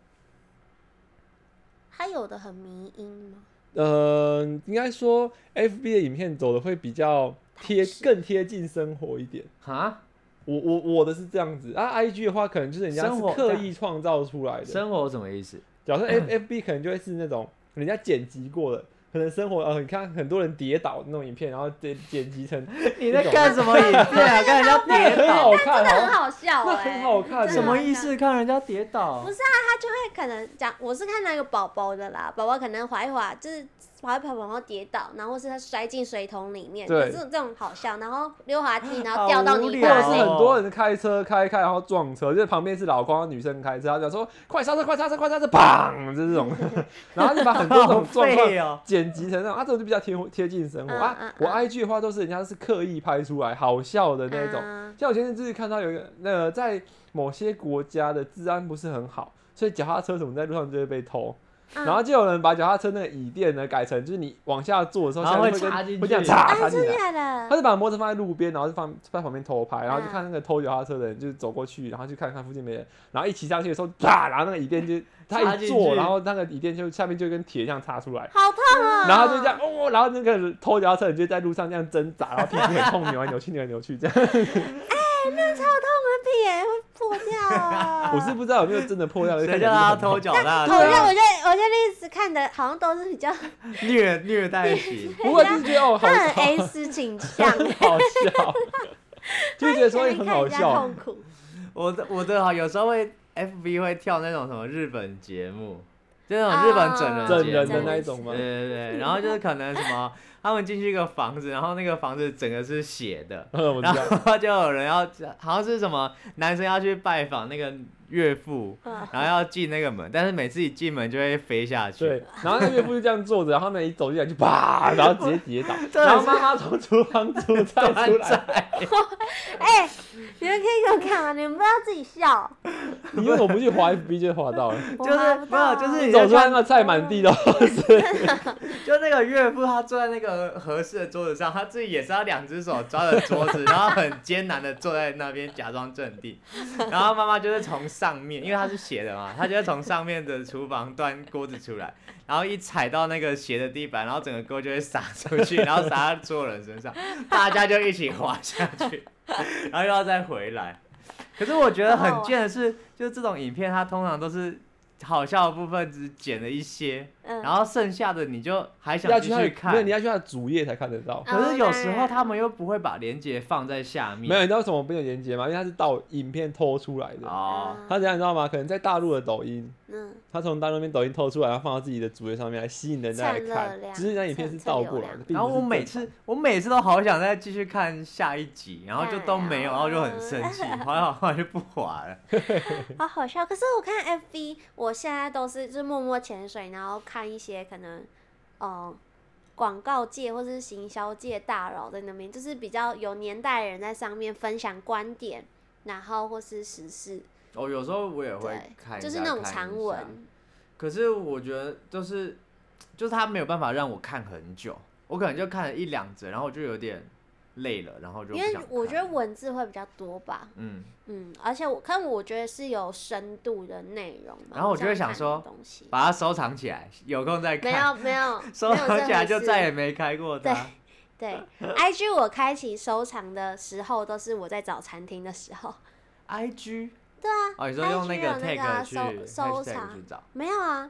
S2: 他有的很迷因吗？
S1: 呃，应该说 FB 的影片走的会比较贴
S2: 台式
S1: 更贴近生活一点。
S3: 哈，
S1: 我我我的是这样子啊，IG 的话可能就是人家
S3: 生
S1: 是
S3: 活
S1: 刻意创造出来的。
S3: 生活什么意思？
S1: 假设 F F B 可能就会是那种人家剪辑过的，可能生活呃，你看很多人跌倒那种影片，然后剪剪辑成
S3: 你在干什么影片啊？看人家
S1: 那
S3: 跌
S1: 很
S3: 倒，
S1: 好看，
S2: 那很
S1: 好
S2: 好笑
S1: 那
S2: 哎，
S1: 很好看啊
S2: 真的
S3: 什么
S2: 很
S3: 意
S2: 好
S3: 思？看人家跌倒
S2: 不，是他就会可能讲，我是看那个宝宝的啦，宝宝可能滑一滑，就是滑一滑，然后跌倒，然后或是他摔进水桶里面，
S1: 对
S2: 可是这种好笑，然后溜滑 梯，然后
S3: 好
S2: 掉到
S3: 无
S2: 泥
S1: 或
S3: 聊
S1: 者
S2: 巴
S1: 是
S3: 哦
S2: 里。
S1: 很多人开车开一开，然后撞车，就是旁边是老光女生开车，她就说快刹车，快刹车，快刹车，砰，就是这种， 然后她就把很多这
S3: 好
S1: 种状况
S3: 废哦。
S1: 剪辑成那种，啊，这种就比较贴贴近生活
S2: 嗯嗯
S1: 啊。我 IG 的话都是人家是刻意拍出来好笑的那种，
S2: 嗯
S1: 像我前阵子看到有一个那个在某些国家的治安不是很好，所以脚踏车什么在路上就会被偷。
S2: 嗯
S1: 然后就有人把脚踏车那个椅垫呢改成，就是你往下坐的时候，
S3: 然
S1: 下
S3: 后
S1: 面
S3: 会
S1: 跟
S3: 插进
S1: 会这样
S3: 去
S1: 插插
S2: 啊，
S1: 进
S2: 真的
S1: 来。
S2: 假的
S1: 他？就把摩托车放在路边，然后就放在旁边偷拍，然后就
S2: 嗯
S1: 看那个偷脚踏车的人就走过去，然后去看看附近没人，然后一骑上去的时候，啪，然后那个椅垫就他
S3: 插
S1: 一
S3: 进
S1: 坐，
S3: 去
S1: 然后那个椅垫就下面就跟铁一样插出来，
S2: 好痛哦！
S1: 然后就这样哦，然后那个偷脚踏车人就在路上这样挣扎，然后屁股很痛，扭来扭去，扭来扭去这样。。
S2: 屁眼会破掉哦
S1: 我是不知道有没有真的破掉，就
S3: 谁
S1: 看起
S3: 叫
S1: 来
S3: 他
S1: 就很
S3: 偷脚 踏
S2: 我觉得，我
S3: 车？
S2: 觉得，我觉得历史看的好像都是比较
S3: 虐虐待型，
S1: 痛，不过就是觉得哦，好
S2: 他很
S1: 好
S2: A 四 倾向，
S1: 好笑， 就觉得说
S2: 在那
S1: 也
S2: 边
S1: 很
S2: 看
S1: 好
S2: 人家
S1: 笑
S2: 痛。苦。
S3: 我的我的好，有时候会 FB 会跳那种什么日本节目，就那种日本整人
S2: 啊
S3: 节目
S1: 整人的
S2: 这
S1: 那
S2: 样
S1: 一
S2: 子
S1: 种吗
S3: 对？对对，然后就是可能什么，他们进去一个房子，然后那个房子整个是血的，
S1: 嗯，我知
S3: 然
S1: 道。
S3: 后就有人要，好像是什么男生要去拜访那个岳父，
S2: 嗯
S3: 然后要进那个门，但是每次一进门就会飞下去。
S1: 对，然后那岳父就这样坐着，然后他们一走进来就 啪，然后直接跌倒，
S3: 真的
S1: 然后
S3: 是
S1: 妈妈从厨房煮菜
S3: 端
S1: 出来，
S3: 菜，
S2: 哎、你们可以给我看吗？你们不要自己笑，
S1: 你为什么不去滑 FB 就滑到了？
S2: 我
S3: 就是
S2: 还不
S3: 没有，
S2: 到
S3: 就是
S1: 你
S3: 你在
S1: 走出来那
S3: 看，
S1: 个菜满地都是，
S3: 就那个岳父他坐在那个合适的桌子上，他自己也是要两只手抓着桌子，然后很艰难的坐在那边假装镇定，然后妈妈就是从上面，因为他是斜的嘛，他就会从上面的厨房端锅子出来，然后一踩到那个斜的地板，然后整个锅就会洒出去，然后洒到所有人身上，大家就一起滑下去，然后又要再回来。可是我觉得很贱的是，就是这种影片它通常都是好笑的部分只剪了一些，
S2: 嗯，
S3: 然后剩下的你就还
S1: 要
S3: 想
S1: 去
S3: 继
S1: 他
S3: 续
S1: 的，没有，
S3: 看
S1: 你。要去他的主页才看得到。
S3: 可是有时
S2: 哦当
S3: 候
S2: 然
S3: 他们又不会把链接放在下面，
S1: 没有，你知道为什么不能连接吗？因为它是盗影片偷出来的。
S3: 哦，
S1: 他怎样你知道吗？可能在大陆的抖音，
S2: 嗯，
S1: 他从大陆那边抖音偷出来，然后放到自己的主页上面来吸引人家来
S2: 蹭热
S1: 看。
S2: 量
S1: 只是那影片是
S2: 蹭
S1: 倒过来
S2: 蹭
S1: 的
S2: 流。
S1: 并
S3: 然后
S1: 不是
S3: 我每
S1: 正
S3: 次我每次都好想再继续看下一集，然后就都没
S2: 嗯
S3: 有，然后就很生 气，后来后来就不滑了。
S2: 好好笑。可是我看 FB，我现在都是就是默默潜水，然后看一些可能，呃，广告界或是行销界大佬在那边，就是比较有年代的人在上面分享观点，然后或是时事，
S3: 哦，有时候我也会
S2: 对
S3: 看，一
S2: 就是
S3: 下
S2: 那种
S3: 看一
S2: 长
S3: 下
S2: 文。
S3: 可是我觉得就是，就是他没有办法让我看很久，我可能就看了一两则，然后我就有点累了，然后就不
S2: 因为
S3: 想
S2: 我
S3: 看
S2: 觉得，文字会比较多吧，
S3: 嗯，
S2: 嗯，而且我看我觉得是有深度的内容嘛，
S3: 然后我就会
S2: 这样
S3: 想说
S2: 看东西，
S3: 把它收藏起来，有空再
S2: 没
S3: 看。
S2: 有没有
S3: 收藏起来就再也
S2: 也
S3: 没开过啊
S2: 对
S3: 它。
S2: 对。IG 我开启收藏的时候都是我在找餐厅的时候，
S3: I G
S2: 对啊，
S3: 哦，你说用
S2: IG
S3: 那
S2: 有
S3: 个
S2: 那个啊
S3: tag
S2: 收
S3: 去
S2: 收
S3: hashtag
S2: 藏
S3: 去找，
S2: 没有啊，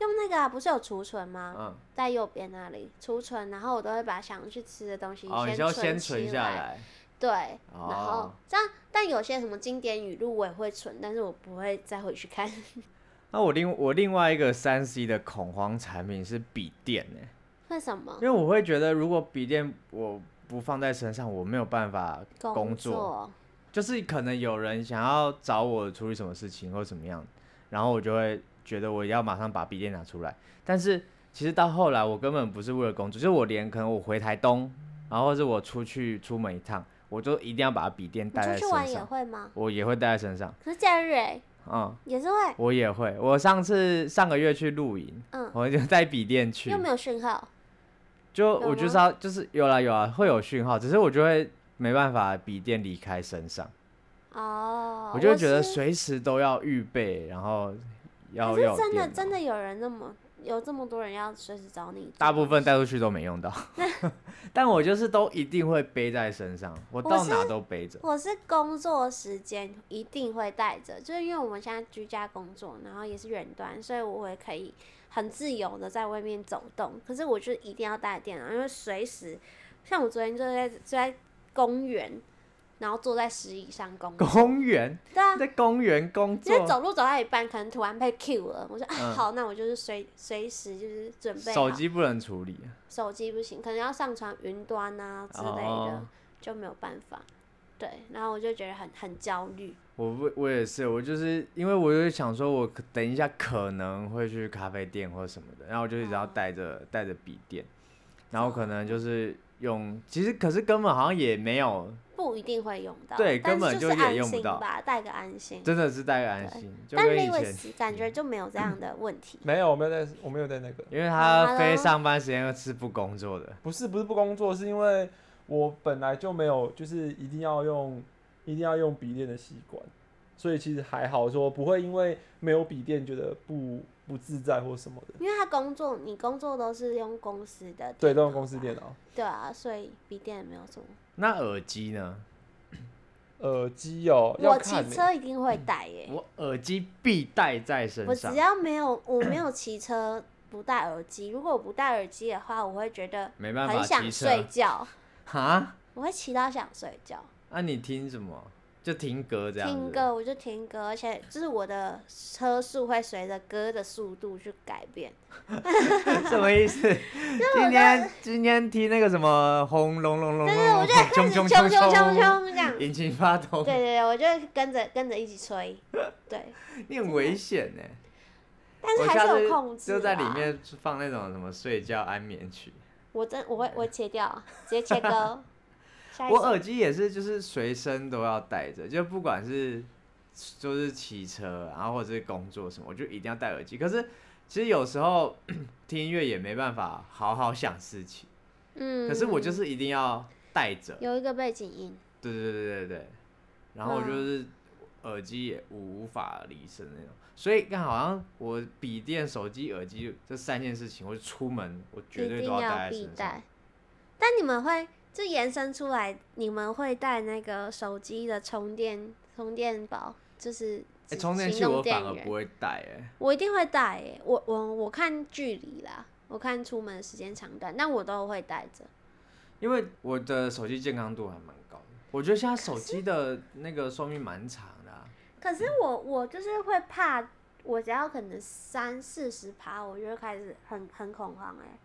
S2: 用那个啊，不是有储存吗？
S3: 嗯，
S2: 在右边那里储存，然后我都会把想去吃的东西
S3: 哦，你就
S2: 存
S3: 先存
S2: 起
S3: 下来，
S2: 对，
S3: 哦
S2: 然后这样，但有些什么经典语录我也会存，但是我不会再回去看。
S3: 那我另我另外一个三 C 的恐慌产品是笔电呢、
S2: 为什么
S3: 因？为我会觉得如果笔电我不放在身上，我没有办法工作，
S2: 作
S3: 就是可能有人想要找我处理什么事情或怎么样，然后我就会觉得我要马上把笔电拿出来，但是其实到后来我根本不是为了工作，就是我连可能我回台东，然后或是我出去出门一趟，我就一定要把笔电
S2: 你
S3: 带在
S2: 出去玩
S3: 身
S2: 也
S3: 上，
S2: 会吗？
S3: 我也会带在身上，
S2: 可是假日哎，
S3: 嗯。
S2: 也是会，
S3: 我也会，我上次上个月去露营，
S2: 哎嗯，
S3: 我就带笔电去
S2: 又，没有讯号，
S3: 就
S2: 有
S3: 我就
S2: 吗
S3: 是要就是有啦有啊，会有讯号，只是我就会没办法笔电离开身上，
S2: 哦，
S3: 我就会觉得
S2: 是
S3: 随时都要预备，然后要
S2: 可是
S3: 要
S2: 真的
S3: 电
S2: 真
S3: 脑
S2: 的有人那么有这么多人要随时找你，
S3: 大部分带出去都没用到， 但我就是都一定会背在身上，我
S2: 我
S3: 到
S2: 是
S3: 哪都背着。
S2: 我是工作时间一定会带着，就是因为我们现在居家工作，然后也是远端，所以我会可以很自由的在外面走动。可是我就一定要带电脑，因为随时，像我昨天就在就在公园，然后坐在石椅上工作，
S3: 公园
S2: 对啊，
S3: 在公园工
S2: 因为
S3: 作，
S2: 走路走到一半，可能突然被 Q 了，我说、啊
S3: 嗯
S2: 好，那我就是随随时就是准备好
S3: 手机不能处理，
S2: 手机不行，可能要上传云端啊之类的，
S3: 哦
S2: 就没有办法。对，然后我就觉得很很焦虑。
S3: 我不，我也是，我就是因为我就想说，我可等一下可能会去
S2: 哦
S3: 咖啡店或什么的，然后我就一直要带着带着笔电，然后可能就是用，其实可是根本好像也没有，
S2: 不一定会用到，
S3: 对
S2: 但
S3: 根本
S2: 是
S3: 就是也
S2: 安
S3: 用不
S2: 心
S3: 到
S2: 吧，带个安心。
S3: 真的是带个安心，就
S2: 但
S3: 跟以前，嗯
S2: Lewis 感觉就没有这样的问题，
S1: 没有，我没有在，我没有在那个，
S3: 因为
S2: 好
S3: 他
S2: 了
S3: 非上班时间是不工作的，
S1: 不是不是不工作，是因为我本来就没有，就是一定要用一定要用笔电的习惯，所以其实还好说，不会因为没有笔电觉得不不自在或什么的。
S2: 因为他工作，你工作都是用公司的，
S1: 对，都用公司，电脑。
S2: 对啊，所以笔电也没有什么。
S3: 那耳机呢？
S1: 耳机哦，要
S2: 我骑
S1: 看欸、
S2: 车一定会带耶、
S3: 嗯我耳机必带在身
S2: 我
S3: 上
S2: 只，要没有我没有骑车不戴耳机，如果我不戴耳机的话，我会觉得
S3: 没办法
S2: 很想
S3: 骑
S2: 睡
S3: 车
S2: 觉，
S3: 哈，
S2: 我会骑到想睡觉。
S3: 那、你听什么？就听歌这样子。
S2: 听歌我就听歌，而且就是我的车速会随着歌的速度去改变。
S3: 什么意 思？今天今天听那个什么轰隆隆隆隆，
S2: 对，我就会开
S3: 轰
S2: 始
S3: 冲
S2: 冲
S3: 冲
S2: 冲
S3: 冲
S2: 冲冲这样。对
S3: 引擎发动，
S2: 对对，我就会跟着跟着一起吹，对，
S3: 你很危险呢。欸
S2: 但
S3: 我
S2: 是还
S3: 下
S2: 是
S3: 次
S2: 有控制。啊
S3: 就在里。面放那种什么睡觉安眠曲。
S2: 我真我会我会切掉，直接切歌。 下一
S3: 我
S2: 首
S3: 耳机也是，就是随身都要带着，就不管是就是骑车，然后或者是工作什么，我就一定要戴耳机。可是其实有时候 听音乐也没办法好好想事情，
S2: 嗯，
S3: 可是我就是一定要带着。
S2: 有一个背景音，
S3: 对对对对对，然后我
S2: 嗯
S3: 就是耳机也无法离身那种，所以刚好像我笔电、手机、耳机这三件事情，我出门我绝
S2: 一
S3: 对
S2: 定
S3: 都带在
S2: 必
S3: 身上
S2: 带。。但你们会就延伸出来，你们会带那个手机的充电充电宝，就是行
S3: 哎、充电
S2: 行
S3: 器
S2: 动
S3: 我
S2: 电
S3: 反而
S2: 源
S3: 不会带哎、
S2: 我一定会带耶、我我我看距离啦，我看出门的时间长短，但我都会带着。
S3: 因为我的手机健康度还蛮高的，我觉得现在手机的那个寿命蛮长的、啊。
S2: 可是我我就是会怕，我只要可能三四十趴，我就会开始很很恐慌哎、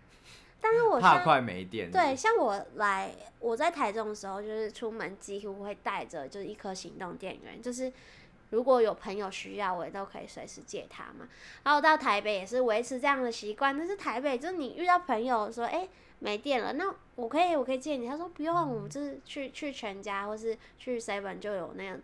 S2: 但是我
S3: 怕
S2: 像
S3: 快没电，
S2: 对，，像我来我在台中的时候，就是出门几乎会带着就是一颗行动电源，就是如果有朋友需要，我也都可以随时借他嘛。然后到台北也是维持这样的习惯，但是台北就是你遇到朋友说，哎、没电了，那我可以我可以借你，他说不用，我们就是去去全家或是去 seven 就有那样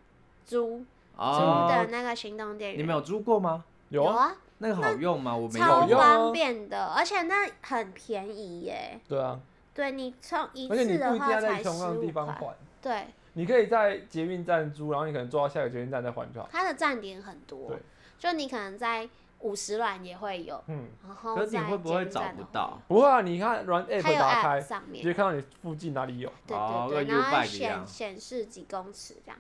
S2: 租租的
S3: 哦，
S2: 那个行动电源，
S3: 你们有租过吗？
S1: 啊有
S2: 有
S1: 啊，
S2: 啊，
S3: 那个好用吗？我没
S2: 超
S1: 有用啊
S2: 方便的，而且那很便宜耶。
S1: 对啊，
S2: 对你充一
S1: 而且你
S2: 次
S1: 不
S2: 的
S1: 一定要
S2: 话
S1: 在
S2: 才
S1: 同
S2: 十
S1: 样的地
S2: 五
S1: 方
S2: 块，
S1: 还，
S2: 对，
S1: 你可以在捷运站租，然后你可能坐到下个捷运站再还就好。
S2: 它的站点很多
S1: 对，
S2: 就你可能在五十卵也会有，
S1: 嗯，
S2: 然后
S3: 可是你
S2: 在
S3: 会不会
S2: 捷运
S3: 找
S2: 站
S3: 不
S2: 的话
S3: 到？？
S1: 不会啊，你看软
S2: 它
S1: app
S2: 有
S1: 打
S2: app
S1: 开，
S2: 上
S1: 你
S2: 面
S1: 就，看到你附近哪里有。
S2: 对
S3: 哦
S2: 对
S3: 跟
S2: 对，然后它
S3: U-bike 一样哦
S2: 显显示几公尺这样。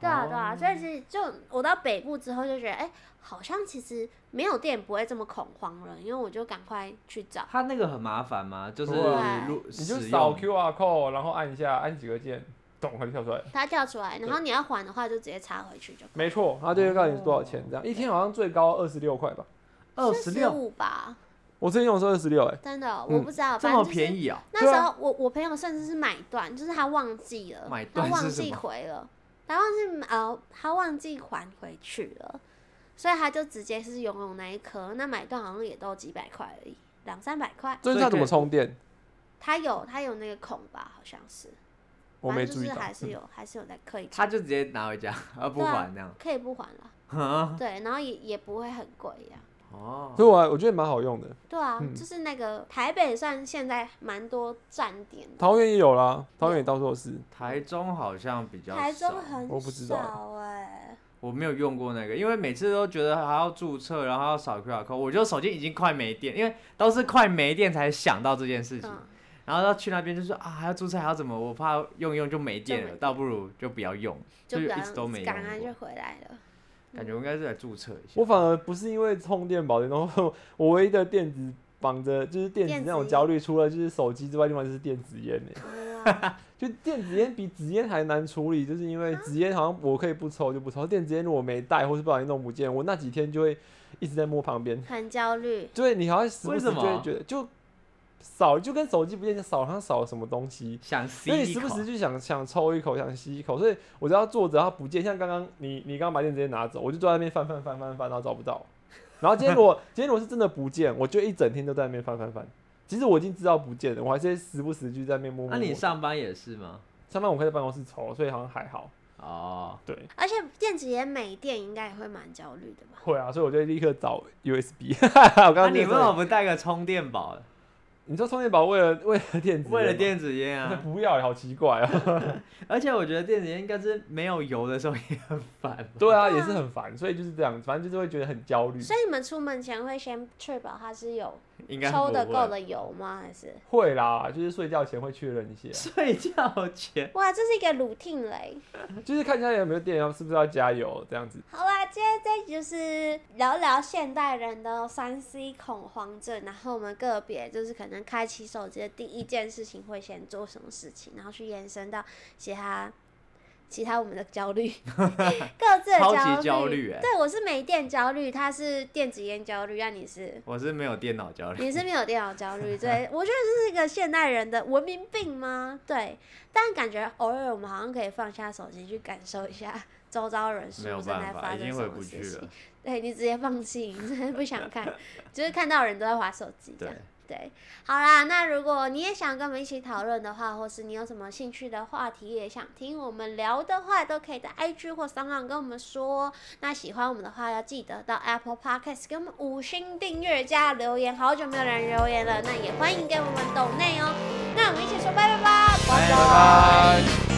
S2: 对啊，对啊，所以是就我到北部之后就觉得，哎、好像其实没有电不会这么恐慌了，因为我就赶快去找。
S3: 它那个很麻烦吗？就是
S1: 不
S2: 会
S3: 入
S1: 你就
S3: 使
S1: 扫
S3: 用
S1: QR code，然后按一下，按几个键，咚，它就跳出来了。
S2: 它跳出来，然后你要还的话就直接插回去就可以。
S1: 没错，然后就会告诉你多少钱，这样一天好像最高二十六块吧。
S3: 二十六，
S2: 五吧，
S1: 我之前用的是二十六，哎，
S2: 真的哦、
S1: 嗯
S2: 我不知道，
S3: 这
S2: 反正
S3: 么
S2: 就是
S3: 便宜啊、
S2: 那时候我我朋友甚至是买断，就是他忘记了，
S3: 买
S2: 他
S3: 断
S2: 忘
S3: 是什
S2: 记
S3: 么
S2: 回了，他忘记呃他忘记还回去了，所以他就直接是拥有那一颗。那买断好像也都几百块而已，两三百块。
S1: 这是它怎么充电？
S2: 他有他有那个孔吧，好像是，
S1: 我
S2: 反
S1: 没
S2: 正就
S1: 注意
S2: 是
S1: 到。
S2: 还是有还是有在可以
S3: 他就直接拿回家，而不
S2: 对啊
S3: 还那样。
S2: 可以不还了，对，然后也也不会很贵呀、
S3: 哦，
S2: 啊
S1: 所以我还我觉得蛮好用的，
S2: 对啊，
S1: 嗯
S2: 就是那个台北算现在蛮多站点的，
S1: 桃园也有啦，桃园也到处都是。
S3: 台中好像比较
S2: 台
S3: 少
S2: 中很
S1: 我不知道
S2: 少哎、
S3: 我没有用过那个，因为每次都觉得还要注册，然后要扫 QR code，我就手机已经快没电，因为都是快没电才想到这件事情，
S2: 嗯，
S3: 然后要去那边就说啊还要注册还要怎么，我怕用一用就没电
S2: 就没
S3: 了，
S2: 电
S3: 倒不如就不要用，
S2: 就
S3: 就
S2: 不
S3: 一
S2: 要
S3: 直都没
S2: 赶
S3: 用
S2: 快
S3: 过
S2: 就回来 了。
S3: 感觉我应该是来注册一下
S1: 我。反而不是因为充电宝的东西，我唯一的电子绑着就是电子
S2: 电子
S1: 那种焦虑，除了就是手机之外，另外就是电子烟欸呢、
S2: 哇
S1: 就电子烟比纸烟还难处理，就是因为纸烟好像我可以不抽就不抽，电子烟如果没带或是不小心弄不见，我那几天就会一直在摸旁边，
S2: 很焦虑，
S1: 对你好像时不时
S3: 为什
S1: 就
S3: 么
S1: 会觉得就少，就跟手机不见就少，好像少了什么东西。
S3: 想
S1: 所以你
S3: 吸一
S1: 时不
S3: 口
S1: 时，就想想抽一口，想吸一口，所以我只要坐着，它不见。像刚刚你你刚刚把电直接拿走，我就坐在那边翻翻 翻翻翻，然后找不到。然后今天我今天我是真的不见，我就一整天都在那边翻翻翻，即使我已经知道不见了，我还是时不时就在那边摸摸
S3: 那、
S1: 摸。
S3: 你上班也是吗？
S1: 上班我可以在办公室抽，所以好像还好。
S3: 哦，
S1: 对，
S2: 而且电子烟每店应该也会蛮焦虑的吧？
S1: 会啊，所以我就立刻找 USB。我
S3: 那、
S1: 刚刚
S3: 啊你
S1: 那
S3: 为
S1: 个
S3: 什么不带个充电宝？
S1: 你知道充电宝为了为了电子，
S3: 为了，电子烟
S1: 那
S3: 啊！
S1: 不要，好奇怪啊。
S3: 而且我觉得电子烟应该是没有油的时候也很烦。
S1: 对啊，
S2: 对啊
S1: 也是很烦，所以就是这样，反正就是会觉得很焦虑。
S2: 所以你们出门前会先确保它是有
S3: 应该
S2: 抽的
S3: 不会
S2: 够。的油吗？还是？
S1: 会啦，就是睡觉前会确认一下，
S3: 睡觉前，
S2: 哇，这是一个 routine 嘞。
S1: 就是看一下有没有电，然后是不是要加油这样子。
S2: 好啦，今天这一集就是聊聊现代人的三 C 恐慌症，然后我们个别就是可能开启手机的第一件事情会先做什么事情，然后去延伸到其他其他我们的焦 虑，各自的
S3: 超级
S2: 焦
S3: 焦虑欸
S2: 对，我是没电焦虑，他是电子烟焦虑，那你是？
S3: 我是没有电脑焦虑。
S2: 你是没有电脑焦虑， 对我觉得这是一个现代人的文明病吗？对，但感觉偶尔我们好像可以放下手机去感受一下 周遭人事
S3: 没
S2: 物
S3: 有
S2: 正在
S3: 办法，
S2: 发
S3: 已
S2: 生
S3: 经
S2: 什
S3: 回
S2: 么
S3: 不
S2: 事
S3: 去
S2: 情
S3: 了。。
S2: 对你直接放弃，你真的不想 看，就是看到人都在划手机这样
S3: 对。
S2: 对，好啦，那如果你也想跟我们一起讨论的话，或是你有什么兴趣的话题也想听我们聊的话，都可以在 IG 或 s o 跟我们说哦。那喜欢我们的话，要记得到 Apple Podcast 给我们五星订阅加留言。好久没有人留言了，那也欢迎给我们抖内哦。那我们一起说拜拜吧，
S3: 拜拜。